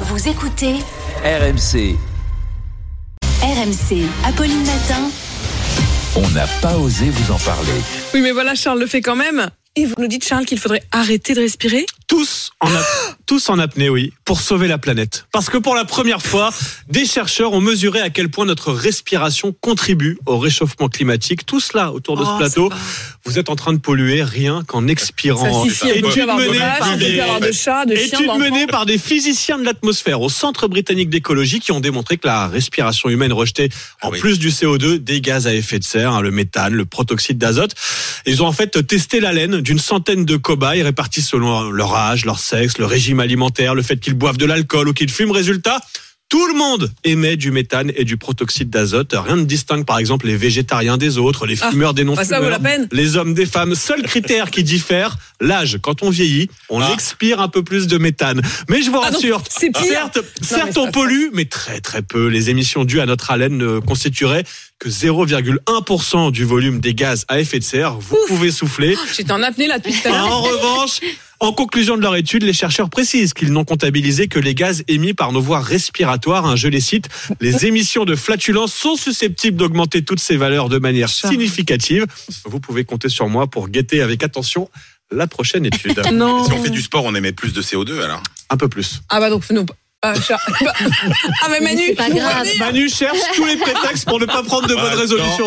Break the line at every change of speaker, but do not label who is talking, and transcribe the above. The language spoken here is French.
Vous écoutez
RMC,
RMC. Apolline Matin.
on n'a pas osé vous en parler.
Oui, mais voilà, Charles le fait quand même. Et vous nous dites, Charles, qu'il faudrait arrêter de respirer
tous en, ap- tous en apnée, oui, pour sauver la planète. Parce que pour la première fois, des chercheurs ont mesuré à quel point notre respiration contribue au réchauffement climatique. Tout cela autour de
Oh,
ce plateau.
ça
Vous êtes en train de polluer rien qu'en
Ça
expirant.
suffit, on peut plus
Oh, Étude
avoir de
menée
vaches,
par
on peut plus
des-
avoir de chats, de chiens,
Étude
d'enfants.
menée par des physiciens de l'atmosphère au Centre britannique d'écologie qui ont démontré que la respiration humaine rejetait, en plus du CO2, des gaz à effet de serre, hein, le méthane, le protoxyde d'azote. Ils ont en fait testé l'haleine d'une centaine de cobayes répartis selon leur âge, leur sexe, leur régime alimentaire, le fait qu'ils boivent de l'alcool ou qu'ils fument. Résultat tout le monde émet du méthane et du protoxyde d'azote. Rien ne distingue par exemple les végétariens des autres, les
Ah,
fumeurs des
bah,
non-fumeurs,
ça vaut la peine.
les hommes des femmes. Seul critère qui diffère, l'âge. Quand on vieillit, on expire un peu plus de méthane. Mais je vous
Ah non,
rassure,
c'est pire.
certes, certes,
mais ça-
on pollue, mais très très peu. Les émissions dues à notre haleine ne constitueraient que 0,1% du volume des gaz à effet de serre. Vous pouvez souffler.
J'étais en apnée là depuis tout à
Ah,
l'heure.
En revanche, en conclusion de leur étude, les chercheurs précisent qu'ils n'ont comptabilisé que les gaz émis par nos voies respiratoires. hein, je les cite, les émissions de flatulence sont susceptibles d'augmenter toutes ces valeurs de manière significative. Vous pouvez compter sur moi pour guetter avec attention la prochaine étude.
Non.
Si on fait du sport, on émet plus de CO2 alors.
Un peu plus.
Ah bah donc, non, pas Charles. Ah mais Manu,
c'est pas
vous
grave.
voyez
Manu cherche tous les prétextes pour ne pas prendre de
Bah,
bonnes
non.
résolutions.